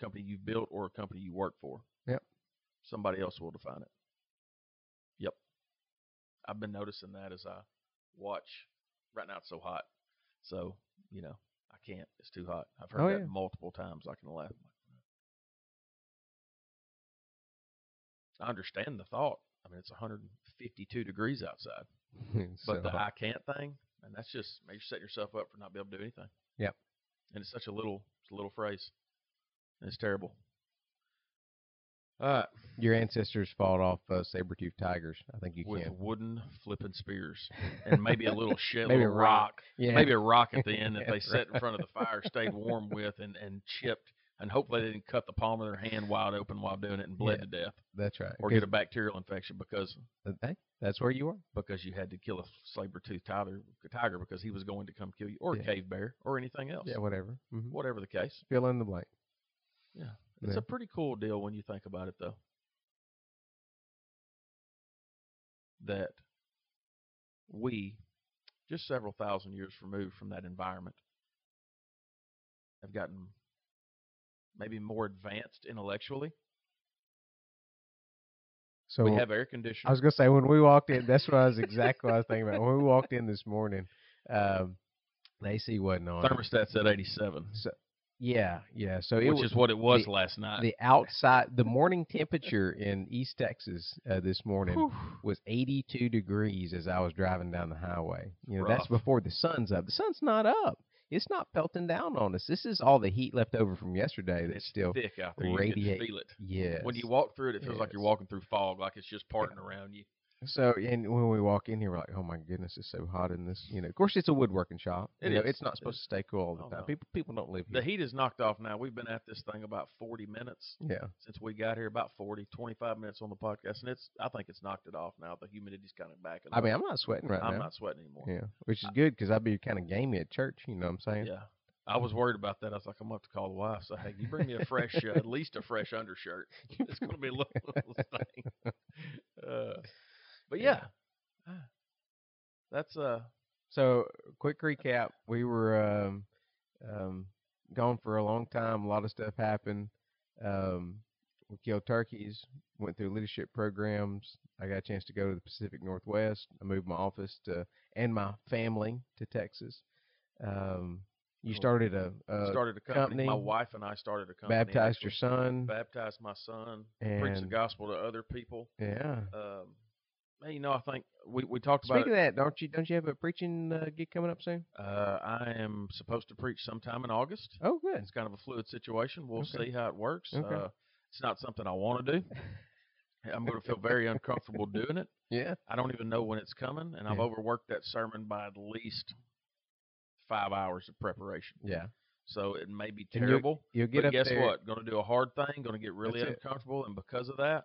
A: company you've built or a company you work for.
B: Yep.
A: Somebody else will define it. Yep. I've been noticing that as I watch. Right now it's so hot, so you know I can't. It's too hot. I've heard
B: Oh,
A: that
B: yeah.
A: multiple times. I can laugh. I understand the thought. I mean, it's 152 degrees outside.
B: So,
A: But the I can't thing, and that's just man, you're setting yourself up for not being able to do anything.
B: Yep.
A: And it's such a little, it's a little phrase, and it's terrible. Uh, All right,
B: your ancestors fought off uh, saber-toothed tigers. I think you
A: with
B: can.
A: wooden flipping spears and maybe a little shell,
B: Maybe
A: maybe
B: a
A: little
B: rock.
A: rock,
B: yeah.
A: maybe a rock at the end that they
B: Right.
A: set in front of the fire, stayed warm with, and and chipped. and hopefully they didn't cut the palm of their hand wide open while doing it and bled to death
B: That's right.
A: or
B: 'Cause-
A: get a bacterial infection because
B: uh, hey, that's where you are.
A: because you had to kill a saber-toothed tiger, tiger because he was going to come kill you or
B: Yeah.
A: a cave bear or anything else.
B: Yeah, whatever. hmm
A: Whatever the case.
B: Fill in the blank.
A: It's
B: Yeah.
A: a pretty cool deal when you think about it, though. That we, just several thousand years removed from that environment, have gotten maybe more advanced intellectually.
B: So
A: we have air conditioning.
B: I was gonna say when we walked in, that's what I was exactly what I was thinking about. When we walked in this morning, um, the AC wasn't on.
A: Thermostat's at 87,
B: So, yeah, yeah. So it
A: which
B: was
A: is what it was
B: the-
A: last night.
B: the outside, the morning temperature in East Texas uh, this morning
A: Whew.
B: was 82 degrees as I was driving down the highway. You know, that's
A: Rough.
B: before the sun's up. The sun's not up. It's not pelting down on us. This is all the heat left over from yesterday that's
A: It's
B: still
A: thick out there. You
B: radiate-
A: can feel it.
B: yes.
A: When you walk through it, it feels like you're
B: Yes.
A: walking through fog, like it's just parting around you.
B: So, and when we walk in here, we're like, "Oh my goodness, it's so hot in this." You know, of course, it's a woodworking shop.
A: It
B: you know,
A: is,
B: it's not
A: it
B: supposed
A: is.
B: to stay cool all the
A: Oh,
B: time.
A: no.
B: People, people don't live
A: The
B: here.
A: heat is knocked off now. We've been at this thing about 40 minutes.
B: yeah,
A: since we got here about 40 25 minutes on the podcast and it's i think it's knocked it off now the humidity's kind of backing
B: I mean,
A: up.
B: I'm not sweating right
A: i'm
B: now.
A: not sweating anymore
B: Yeah, which is good because I'd be kind of gamey at church. You know what
A: yeah.
B: I'm saying?
A: i was worried about that i was like i'm going to have to call the wife so hey you bring me a fresh uh, at least a fresh undershirt it's going to be a little, little thing uh, but yeah,
B: Yeah.
A: Ah. that's uh
B: So, quick recap: we were um, um, gone for a long time. A lot of stuff happened. Um, we killed turkeys. Went through leadership programs. I got a chance to go to the Pacific Northwest. I moved my office to and my family to Texas. Um, you
A: Cool.
B: started a, a
A: started a company. my
B: Uh, company.
A: wife and i started a company
B: baptized
A: actually.
B: your son.
A: baptized my son preached the
B: and
A: gospel to other people
B: yeah.
A: um man, you know i think we, we talked about it.
B: Speaking of that, don't you don't you have a preaching uh, gig coming up soon?
A: Uh, I am supposed to preach sometime in August.
B: Oh, good.
A: It's kind of a fluid situation. We'll
B: Okay.
A: see how it works.
B: Okay.
A: Uh, it's not something I want to do. I'm going to feel very uncomfortable doing it.
B: Yeah.
A: I don't even know when it's coming, and I've
B: Yeah.
A: overworked that sermon by at least five hours of preparation.
B: Yeah.
A: So it may be
B: And you-
A: terrible.
B: You'll get
A: but
B: up
A: guess
B: there.
A: what? Going to do a hard thing. Going to get really
B: That's it.
A: uncomfortable, and because of that,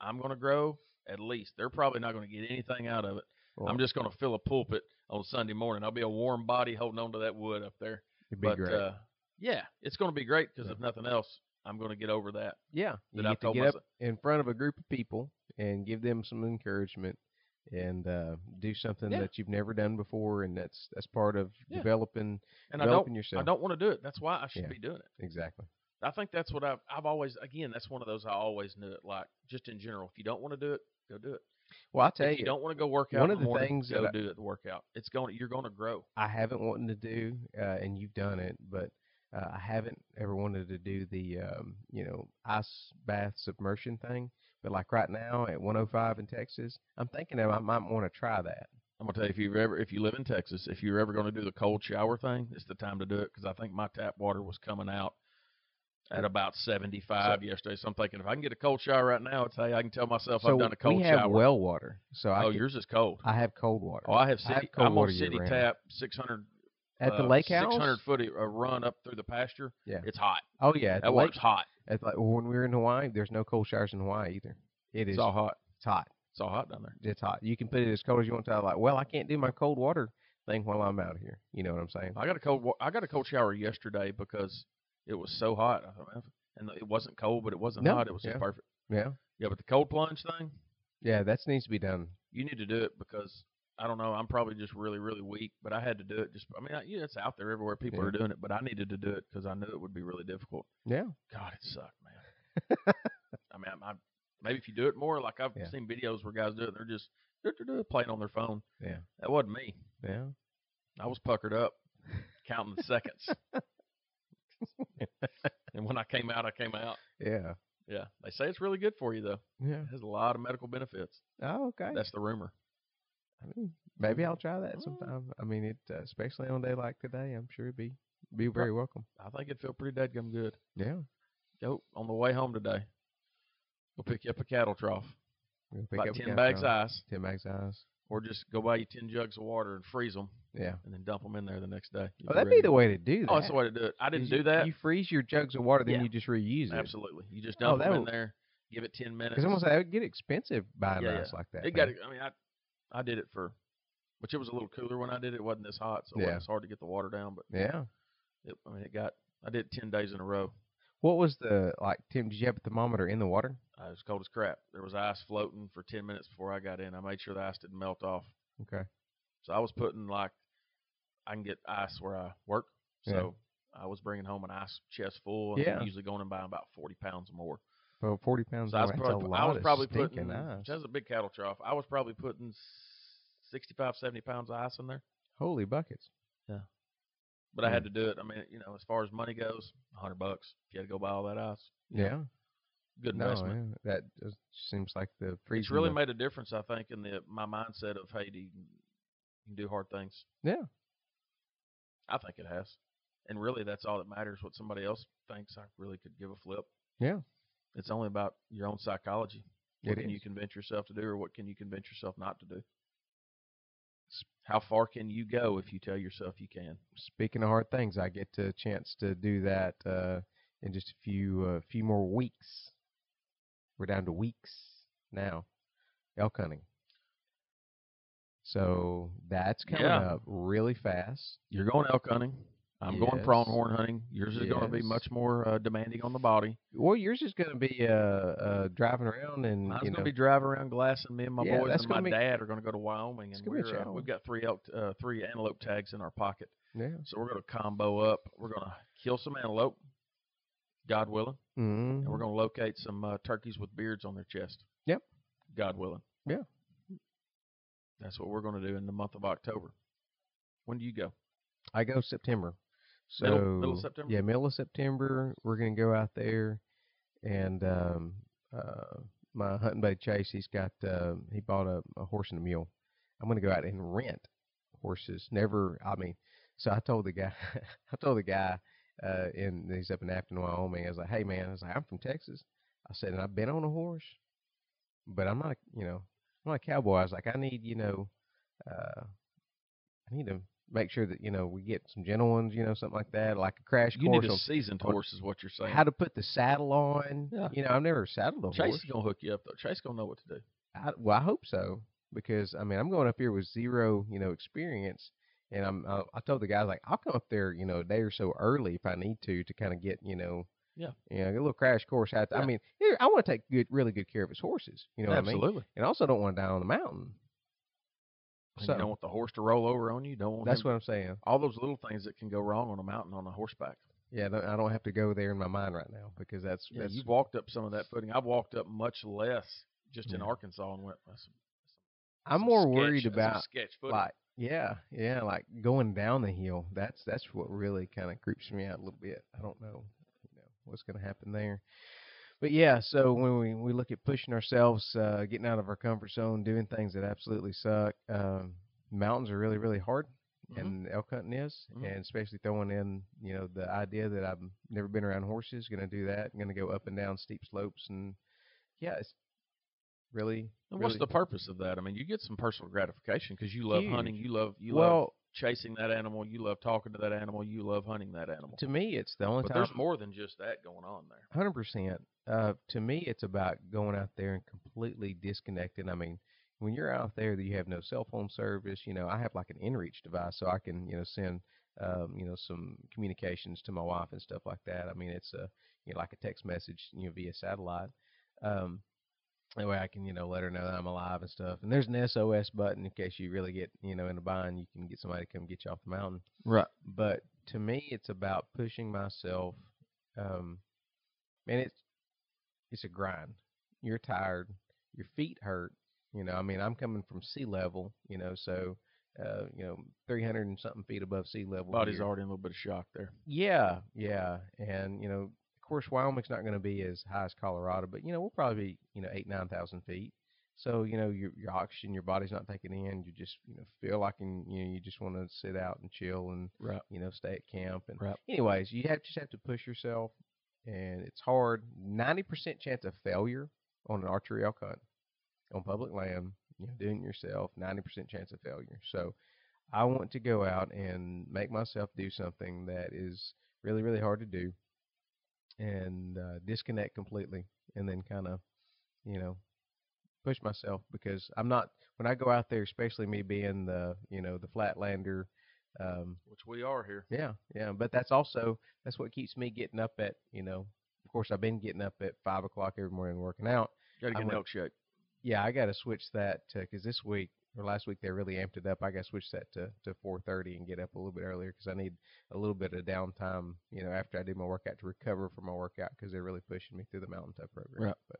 A: I'm going to grow. At least they're probably not going to get anything out of it.
B: Well,
A: I'm just going to fill a pulpit on Sunday morning. I'll be a warm body holding onto that wood up there.
B: it'd be
A: But
B: great.
A: uh, yeah, it's going to be great because
B: Yeah.
A: if nothing else, I'm going to get over that.
B: Yeah, you
A: That I
B: get to
A: told
B: get up
A: myself.
B: in front of a group of people and give them some encouragement and uh, do something
A: Yeah.
B: that you've never done before, and that's that's part of
A: Yeah.
B: developing
A: And I
B: developing
A: don't,
B: yourself.
A: I don't want to do it. That's why I should
B: Yeah.
A: be doing it.
B: exactly.
A: I think that's what I've, I've always. Again, that's one of those I always knew it. Like just in general, if you don't want to do it, go do it.
B: Well, I tell
A: if you, don't want to go work out
B: one
A: in
B: of the
A: morning,
B: things that
A: go
B: I-
A: do it. The workout. It's going. You're going to grow.
B: I haven't wanted to do, uh, and you've done it, but uh, I haven't ever wanted to do the um, you know ice bath submersion thing. But like right now at 105 in Texas, I'm thinking that I might want to try that.
A: I'm gonna tell you if you've ever if you live in Texas, if you're ever gonna do the cold shower thing, it's the time to do it because I think my tap water was coming out at about 75 yesterday. So I'm thinking if I can get a cold shower right now, it's hey I can tell myself I've done a cold
B: we have
A: shower.
B: well water, so I
A: oh,
B: could-
A: yours is cold.
B: I have cold water
A: Oh, I have
B: I have
A: city.
B: cold
A: I'm
B: water
A: on
B: year
A: city
B: round.
A: tap 600
B: at the
A: uh,
B: lake house.
A: 600 foot a uh, run up through the pasture.
B: Yeah.
A: it's hot.
B: Oh yeah, at the
A: that
B: lake
A: water's hot.
B: It's like when we were in Hawaii, there's no cold showers in Hawaii either. It is
A: It's all hot.
B: it's hot.
A: It's all hot down there.
B: It's hot. You can put it as cold as you want to. Like, well, I can't do my cold water thing while I'm out here. You know what I'm saying?
A: I got a cold. wa- I got a cold shower yesterday because it was so hot. I thought, "Man, And it wasn't cold, but it wasn't
B: No,
A: hot. It was just
B: yeah.
A: perfect.
B: Yeah,
A: Yeah, but the cold plunge thing,
B: yeah. That needs to be done.
A: you need to do it because I don't know. I'm probably just really, really weak, but I had to do it. Just, I mean, I, yeah, it's out there everywhere. People
B: Yeah.
A: are doing it, but I needed to do it because I knew it would be really difficult.
B: Yeah,
A: God, it sucked, man. I mean, I'm, i maybe if you do it more, like I've
B: Yeah.
A: seen videos where guys do it, and they're just they're, playing on their phone.
B: Yeah.
A: that wasn't me.
B: yeah.
A: I was puckered up, counting the seconds. and when I came out, I came out.
B: Yeah.
A: Yeah, they say it's really good for you though.
B: Yeah.
A: It has a lot of medical benefits.
B: Oh, okay.
A: That's the rumor.
B: I mean, maybe I'll try that
A: Mm.
B: sometime. I mean, it uh, especially on a day like today, I'm sure it'd be be very welcome.
A: I think it'd feel pretty dadgum good.
B: Yeah.
A: Yo, on the way home today, we'll pick you up a cattle trough.
B: We'll pick
A: About
B: up a
A: 10
B: couple
A: bags
B: of-
A: ice.
B: Ten bags ice.
A: or just go buy you ten jugs of water and freeze them,
B: Yeah.
A: and then dump them in there the next day. You'll
B: Oh, that'd be
A: ready.
B: the way to do that.
A: Oh, that's the way to do it. I
B: is
A: didn't
B: you-
A: do that.
B: You freeze your jugs of water, then
A: Yeah.
B: you just reuse it.
A: Absolutely, you just
B: Oh,
A: dump them
B: that
A: in
B: would-
A: there. Give it ten minutes.
B: Because I'm gonna say that would get expensive buying
A: Yeah, yeah.
B: ice like that.
A: It got.
B: man.
A: I mean, I I did it for, which it was a little cooler when I did it. It wasn't this hot, so
B: Yeah.
A: it was hard to get the water down. But
B: Yeah.
A: it, I mean, it got. I did it ten days in a row.
B: What was the like, Tim? Did you have a thermometer in the water?
A: Uh, it was cold as crap. There was ice floating for ten minutes before I got in. I made sure the ice didn't melt off.
B: Okay.
A: So I was putting like, I can get ice where I work.
B: Yeah.
A: So I was bringing home an ice chest full. And
B: Yeah.
A: I'm usually going and buying about forty pounds more.
B: Well, forty pounds.
A: So I was
B: more, that's
A: probably,
B: a
A: pu-
B: lot
A: I was
B: of
A: probably
B: stinking
A: putting.
B: ice.
A: That's a big cattle trough. I was probably putting s- 65, 70 pounds of ice in there.
B: Holy buckets.
A: But I had to
B: Hmm.
A: do it. I mean, you know, as far as money goes, hundred bucks. If you had to go buy all that ice,
B: Yeah.
A: good
B: No,
A: investment.
B: yeah, that just seems like the freezing.
A: it's really
B: the-
A: made a difference, I think, in the my mindset of hey, do you, you can do hard things.
B: Yeah.
A: I think it has, and really, that's all that matters. What somebody else thinks, I really could give a flip.
B: Yeah.
A: it's only about your own psychology. What
B: it
A: can
B: is.
A: you convince yourself to do, or what can you convince yourself not to do? How far can you go if you tell yourself you can?
B: Speaking of hard things, I get a chance to do that uh, in just a few uh, few more weeks. We're down to weeks now. Elk hunting. So that's coming
A: Yeah.
B: up really fast.
A: You're going elk hunting. I'm going prawn
B: Yes.
A: horn hunting. Yours is going to be
B: Yes.
A: much more uh, demanding on the body.
B: Well, yours is going to be uh, uh, driving around and
A: Mine's
B: you
A: gonna
B: know,
A: be driving around glass, and me and my
B: Yeah,
A: boys
B: that's
A: and my
B: gonna be-
A: dad are gonna go to Wyoming,
B: it's
A: and
B: gonna be
A: we're,
B: a
A: uh, we've
B: challenge.
A: got three elk, uh, three antelope tags in our pocket,
B: yeah.
A: so we're gonna combo up. We're gonna kill some antelope, God willing,
B: Mm-hmm.
A: and we're gonna locate some uh, turkeys with beards on their chest.
B: Yep.
A: God willing.
B: Yeah.
A: That's what we're gonna do in the month of October. When do you go?
B: I go September. So
A: Middle- middle of September?
B: Yeah, middle of September. We're gonna go out there, and um, uh, my hunting buddy Chase, he's got uh, he bought a, a horse and a mule. I'm gonna go out and rent horses. Never, I mean. So I told the guy, I told the guy, uh, in he's up in Afton, Wyoming. I was like, hey man, I was like, I'm from Texas. I said, and I've been on a horse, but I'm not, a- you know, I'm not a cowboy. I was like, I need, you know, uh, I need to make sure that you know we get some gentle ones, you know, something like that, like a crash
A: You
B: course
A: need a
B: on
A: seasoned
B: on
A: horse, is what you're saying.
B: how to put the saddle on.
A: Yeah.
B: You know, I've never saddled a
A: Chase
B: horse.
A: is gonna hook you up though. Chase gonna know what to do.
B: I, well, I hope so because I mean I'm going up here with zero, you know, experience, and I'm I, I told the guys like I'll come up there, you know, a day or so early if I need to to kind of get you know.
A: Yeah.
B: You know, a little crash course. How to, I
A: Yeah.
B: mean, here, I want to take good, really good care of his horses. You know what I mean?
A: Absolutely.
B: And I also don't want to die on the mountain.
A: And
B: So
A: you don't want the horse to roll over on you. Don't want
B: that's
A: him-
B: what I'm saying.
A: all those little things that can go wrong on a mountain on a horseback.
B: Yeah, I don't, I don't have to go there in my mind right now because that's
A: Yeah,
B: that's
A: you've walked up some of that footing. I've walked up much less just in
B: Yeah.
A: Arkansas and went. That's, some-
B: I'm
A: some
B: more
A: sketch- that's
B: worried
A: some
B: about
A: sketch footing.
B: like yeah, yeah, like going down the hill. That's that's what really kind of creeps me out a little bit. I don't know, you know what's going to happen there. But yeah, so when we, we look at pushing ourselves, uh, getting out of our comfort zone, doing things that absolutely suck, um, mountains are really really hard,
A: Mhm.
B: and elk hunting is,
A: Mhm.
B: and especially throwing in you know the idea that I've never been around horses, going to do that, going to go up and down steep slopes, and yeah, it's really.
A: and what's
B: really
A: the purpose of that? I mean, you get some personal gratification because you love hunting.
B: Huge.
A: You love you love
B: well
A: chasing that animal. You love talking to that animal. You love hunting that animal.
B: to me? It's the only
A: But
B: time
A: there's more than just that going on there.
B: Hundred percent. Uh, to me, it's about going out there and completely disconnected. I mean, when you're out there, that you have no cell phone service. You know, I have like an inReach device, so I can you know send um, you know some communications to my wife and stuff like that. I mean, it's a you know like a text message you know via satellite. Um, that way, I can you know let her know that I'm alive and stuff. And there's an SOS button in case you really get you know in a bind. You can get somebody to come get you off the mountain
A: Right.
B: but to me it's about pushing myself um man it's it's a grind you're tired your feet hurt you know i mean i'm coming from sea level you know so uh you know 300 and something feet above sea level
A: Body's
B: here.
A: already in a little bit of shock there.
B: yeah yeah and you know of course wyoming's not going to be as high as colorado but you know we'll probably be you know eight nine thousand feet so you know your, your oxygen your body's not taking in you just you know feel like and you know you just want to sit out and chill and
A: Right.
B: you know, stay at camp and
A: Right.
B: anyways, you have just have to push yourself and it's hard. Ninety percent chance of failure on an archery elk hunt on public land. you know, doing it yourself, 90% chance of failure. So I want to go out and make myself do something that is really, really hard to do and uh, disconnect completely and then kind of, you know, push myself because I'm not, when I go out there, especially me being the, you know, the flatlander, um,
A: which we are here.
B: yeah, yeah. But that's also that's what keeps me getting up at you know. Of course, I've been getting up at five o'clock every morning working out.
A: Got to
B: I
A: get an
B: went-
A: milkshake.
B: Yeah, I got to switch that because this week or last week they really amped it up. I got to switch that to to four thirty and get up a little bit earlier because I need a little bit of downtime. You know, after I do my workout to recover from my workout because they're really pushing me through the mountaintop program.
A: Right.
B: But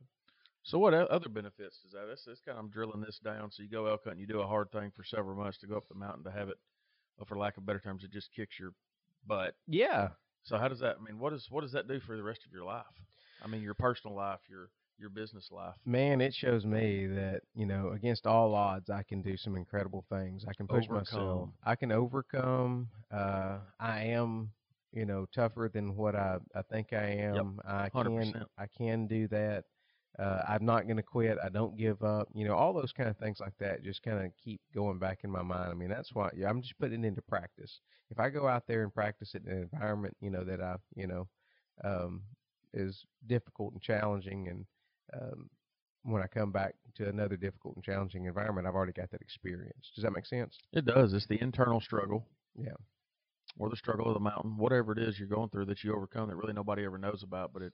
A: So what o- other benefits does that? That's, that's kind of I'm drilling this down. So you go elk hunting, you do a hard thing for several months to go up the mountain to have it, well, for lack of better terms, it just kicks your butt.
B: yeah,
A: So how does that? I mean, what does what does that do for the rest of your life? I mean, your personal life, your your business life.
B: man, it shows me that you know, against all odds, I can do some incredible things. I can push myself.
A: Overcome.
B: I can overcome. Uh, I am, you know, tougher than what I, I think I am. I can
A: 100%.
B: I can do that. Uh, I'm not going to quit. I don't give up. You know, all those kind of things like that just kind of keep going back in my mind. I mean, that's why yeah, I'm just putting it into practice. If I go out there and practice it in an environment, you know, that I, you know, um, is difficult and challenging and um, when I come back to another difficult and challenging environment, I've already got that experience. Does that make sense?
A: It does. It's the internal struggle.
B: Yeah.
A: Or the struggle of the mountain, whatever it is you're going through that you overcome that really nobody ever knows about, but it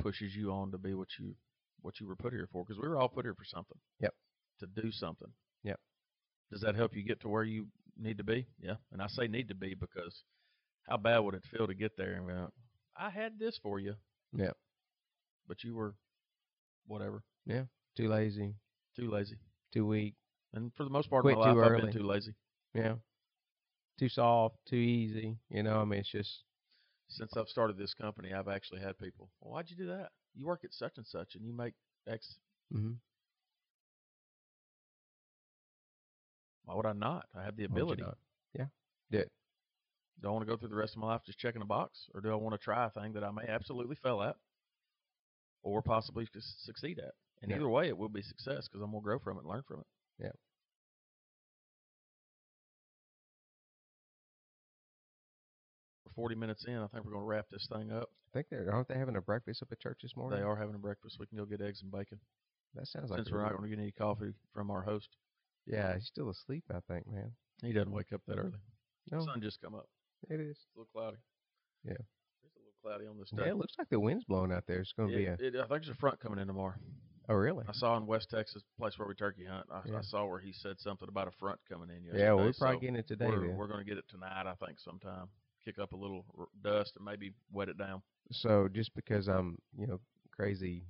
A: pushes you on to be what you what you were put here for. Because we were all put here for something.
B: Yep.
A: To do something.
B: Yep.
A: Does that help you get to where you need to be? Yeah. And I say need to be because how bad would it feel to get there and be like, I had this for you.
B: Yep.
A: But you were whatever,
B: Too lazy,
A: too lazy.
B: too weak,
A: And for the most part
B: Quit
A: of my
B: too
A: life I've
B: early.
A: been too lazy.
B: yeah, too soft, too easy. You know, I mean, it's just
A: since I've started this company, I've actually had people, well, why'd you do that? You work at such and such and you make X.
B: mm-hmm.
A: Why would I not? I have the ability.
B: Yeah, do it.
A: Do I want to go through the rest of my life just checking a box? Or do I want to try a thing that I may absolutely fail at or possibly c- succeed at? And
B: Yeah.
A: either way, it will be success because I'm going to grow from it and learn from it.
B: Yeah.
A: We're 40 minutes in. I think we're going to wrap this thing up.
B: I think they're aren't they having a breakfast up at church this morning?
A: They are having a breakfast. We can go get eggs and bacon
B: That sounds like
A: since
B: a
A: we're not going
B: really-
A: to get any coffee from our host.
B: Yeah, he's still asleep. I think, man.
A: He doesn't wake up that early.
B: No,
A: Sun just come up.
B: it is.
A: It's a little cloudy.
B: Yeah.
A: It's a little cloudy on this day.
B: Yeah, it looks like the wind's blowing out there. It's going to be a.
A: It- it- I think there's a front coming in tomorrow.
B: Oh, really?
A: I saw in West Texas, place where we turkey hunt. I,
B: Yeah.
A: I saw where he said something about a front coming in. Yesterday,
B: Yeah, well, we're probably
A: so
B: getting it today.
A: We're,
B: then.
A: we're going to get it tonight, I think, sometime. Kick up a little r- dust and maybe wet it down.
B: so just because I'm, you know, crazy,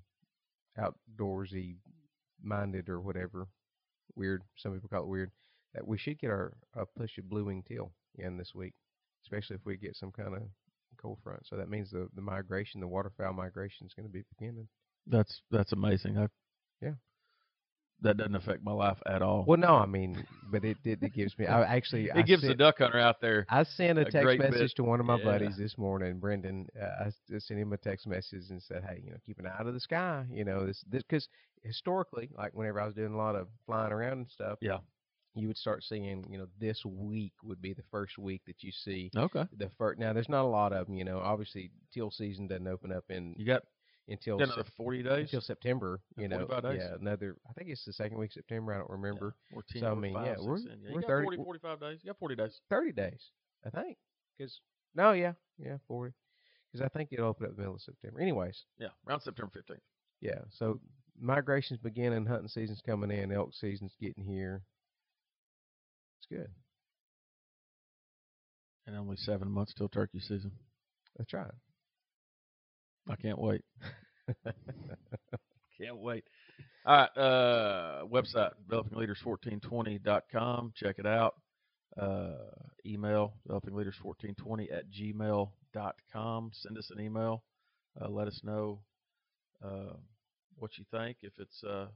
B: outdoorsy minded or whatever, weird, some people call it weird, that we should get our a push of blue winged teal in this week, especially if we get some kind of cold front. So that means the, the migration, the waterfowl migration is going to be beginning.
A: That's that's amazing. I,
B: Yeah.
A: That doesn't affect my life at all.
B: Well, no, I mean, but it it, it gives me. I actually I
A: it gives the
B: sent-
A: duck hunter out there.
B: I sent a
A: a
B: text
A: great bit.
B: message to one of my
A: Yeah.
B: buddies this morning, Brendan. Uh, I s- I sent him a text message and said, "Hey, you know, keep an eye to the sky. You know, this this because historically, like whenever I was doing a lot of flying around and stuff,
A: Yeah.
B: you would start seeing. You know, this week would be the first week that you see
A: Okay.
B: the first. Now, there's not a lot of them. You know, obviously, teal season doesn't open up in
A: You got
B: until
A: got another
B: Sep-
A: 40 days?
B: until September.
A: Yeah,
B: You know,
A: 45 days.
B: yeah, another. I think it's the second week of September. I don't remember.
A: We're 10,
B: So, I
A: we're
B: mean,
A: five,
B: yeah,
A: six
B: we're-
A: in. Yeah, you
B: we're
A: got
B: 30
A: 40, 45 days. You got 40 days.
B: 30 days, I think. Because, no, yeah, yeah, 40. Because I think it'll open up the middle of September. Anyways,
A: Yeah, around September 15th.
B: yeah, so migration's beginning, hunting season's coming in, elk season's getting here. It's good.
A: And only seven months till turkey season.
B: That's right.
A: I can't wait. can't wait. All right. Uh, website, developingleaders1420.com. Check it out. Uh, email, developingleaders1420 at gmail.com. Send us an email. Uh, let us know uh, what you think. If it's uh,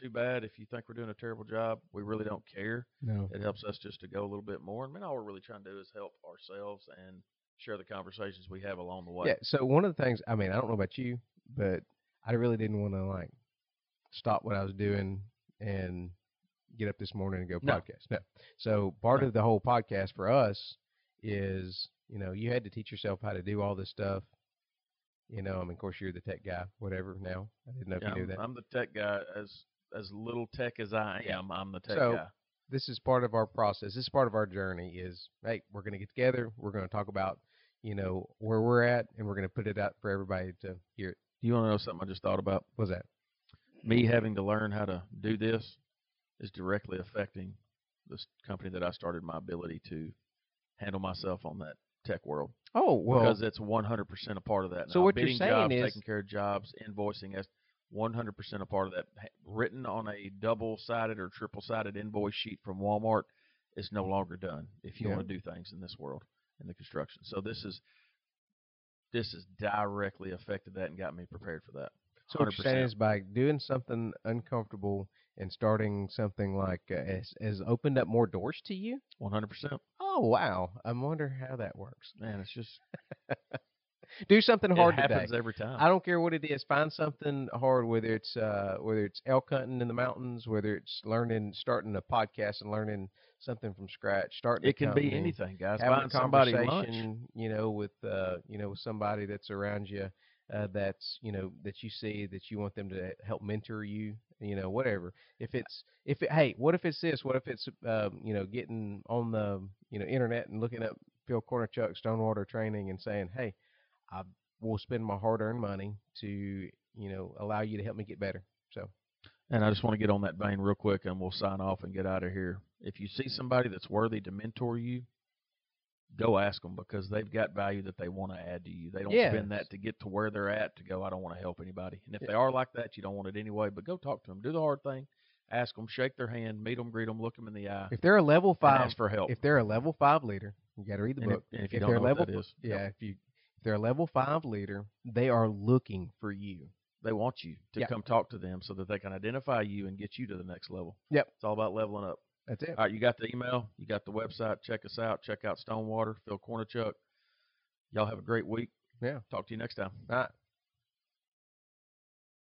A: too bad, if you think we're doing a terrible job, we really don't care.
B: No.
A: It helps us just to go a little bit more. And man, all we're really trying to do is help ourselves and share the conversations we have along the way.
B: Yeah, so one of the things, I mean, I don't know about you, but I really didn't want to, like, stop what I was doing and get up this morning and go
A: No.
B: podcast. No. So part
A: No.
B: of the whole podcast for us is, you know, you had to teach yourself how to do all this stuff. You know, I mean, of course, you're the tech guy, whatever. Now, I didn't know if
A: Yeah,
B: you knew
A: I'm,
B: that.
A: I'm the tech guy as as little tech as I
B: Yeah.
A: am. I'm the tech
B: So-
A: guy.
B: this is part of our process. This is part of our journey. Is hey, we're going to get together. We're going to talk about you know where we're at, and we're going to put it out for everybody to hear. It.
A: Do you want to know something I just thought about?
B: What's that?
A: Me having to learn how to do this is directly affecting this company that I started. My ability to handle myself on that tech world
B: Oh well,
A: because it's 100 percent a part of that.
B: So
A: now,
B: what you're
A: bidding
B: saying
A: jobs,
B: is-
A: taking care of jobs, invoicing that's 100 percent a part of that. Ha- Written on a double sided or triple sided invoice sheet from Walmart is no longer done if you
B: Yeah.
A: want to do things in this world in the construction. So this is this has directly affected that and got me prepared for that.
B: So what you're saying
A: 100%.
B: is by doing something uncomfortable and starting something like uh, has, has opened up more doors to you.
A: 100 percent,
B: Oh wow! I wonder how that works.
A: man. It's just
B: Do something
A: it
B: hard today.
A: happens every time.
B: I don't care what it is. Find something hard, whether it's uh, whether it's elk hunting in the mountains, whether it's learning, starting a podcast and learning something from scratch. Starting a
A: it can be
B: company,
A: anything, guys.
B: having
A: Find
B: a
A: somebody lunch.
B: conversation, you know, with uh, you know, with somebody that's around you, uh, that's you know, that you see that you want them to help mentor you, you know, whatever. If it's if it, hey, what if it's this? What if it's um, you know, getting on the you know internet and looking up Phil Cornerchuck Stonewater training and saying, hey, I will spend my hard-earned money to you know allow you to help me get better. So
A: And I just want to get on that vein real quick and we'll sign off and get out of here. If you see somebody that's worthy to mentor you, go ask them because they've got value that they want to add to you. They don't spend
B: Yes.
A: that to get to where they're at to go, I don't want to help anybody. And if
B: Yeah.
A: they are like that, you don't want it anyway, but go talk to them. Do the hard thing. Ask them, shake their hand, meet them, greet them, look them in the eye,
B: if they're a level
A: and
B: five,
A: ask for help.
B: if they're a level five leader, you got to read the
A: and, if,
B: book.
A: and if you
B: if
A: don't
B: they're
A: know what
B: level
A: that is,
B: Yeah, if you if they're a level five leader, they are looking for you.
A: they want you to
B: Yeah.
A: come talk to them so that they can identify you and get you to the next level.
B: Yep.
A: It's all about leveling up.
B: That's it.
A: All right, you got the email, you got the website. Check us out. Check out Stonewater, Phil Cornerchuck. Y'all have a great week.
B: Yeah.
A: Talk to you next time.
B: All right.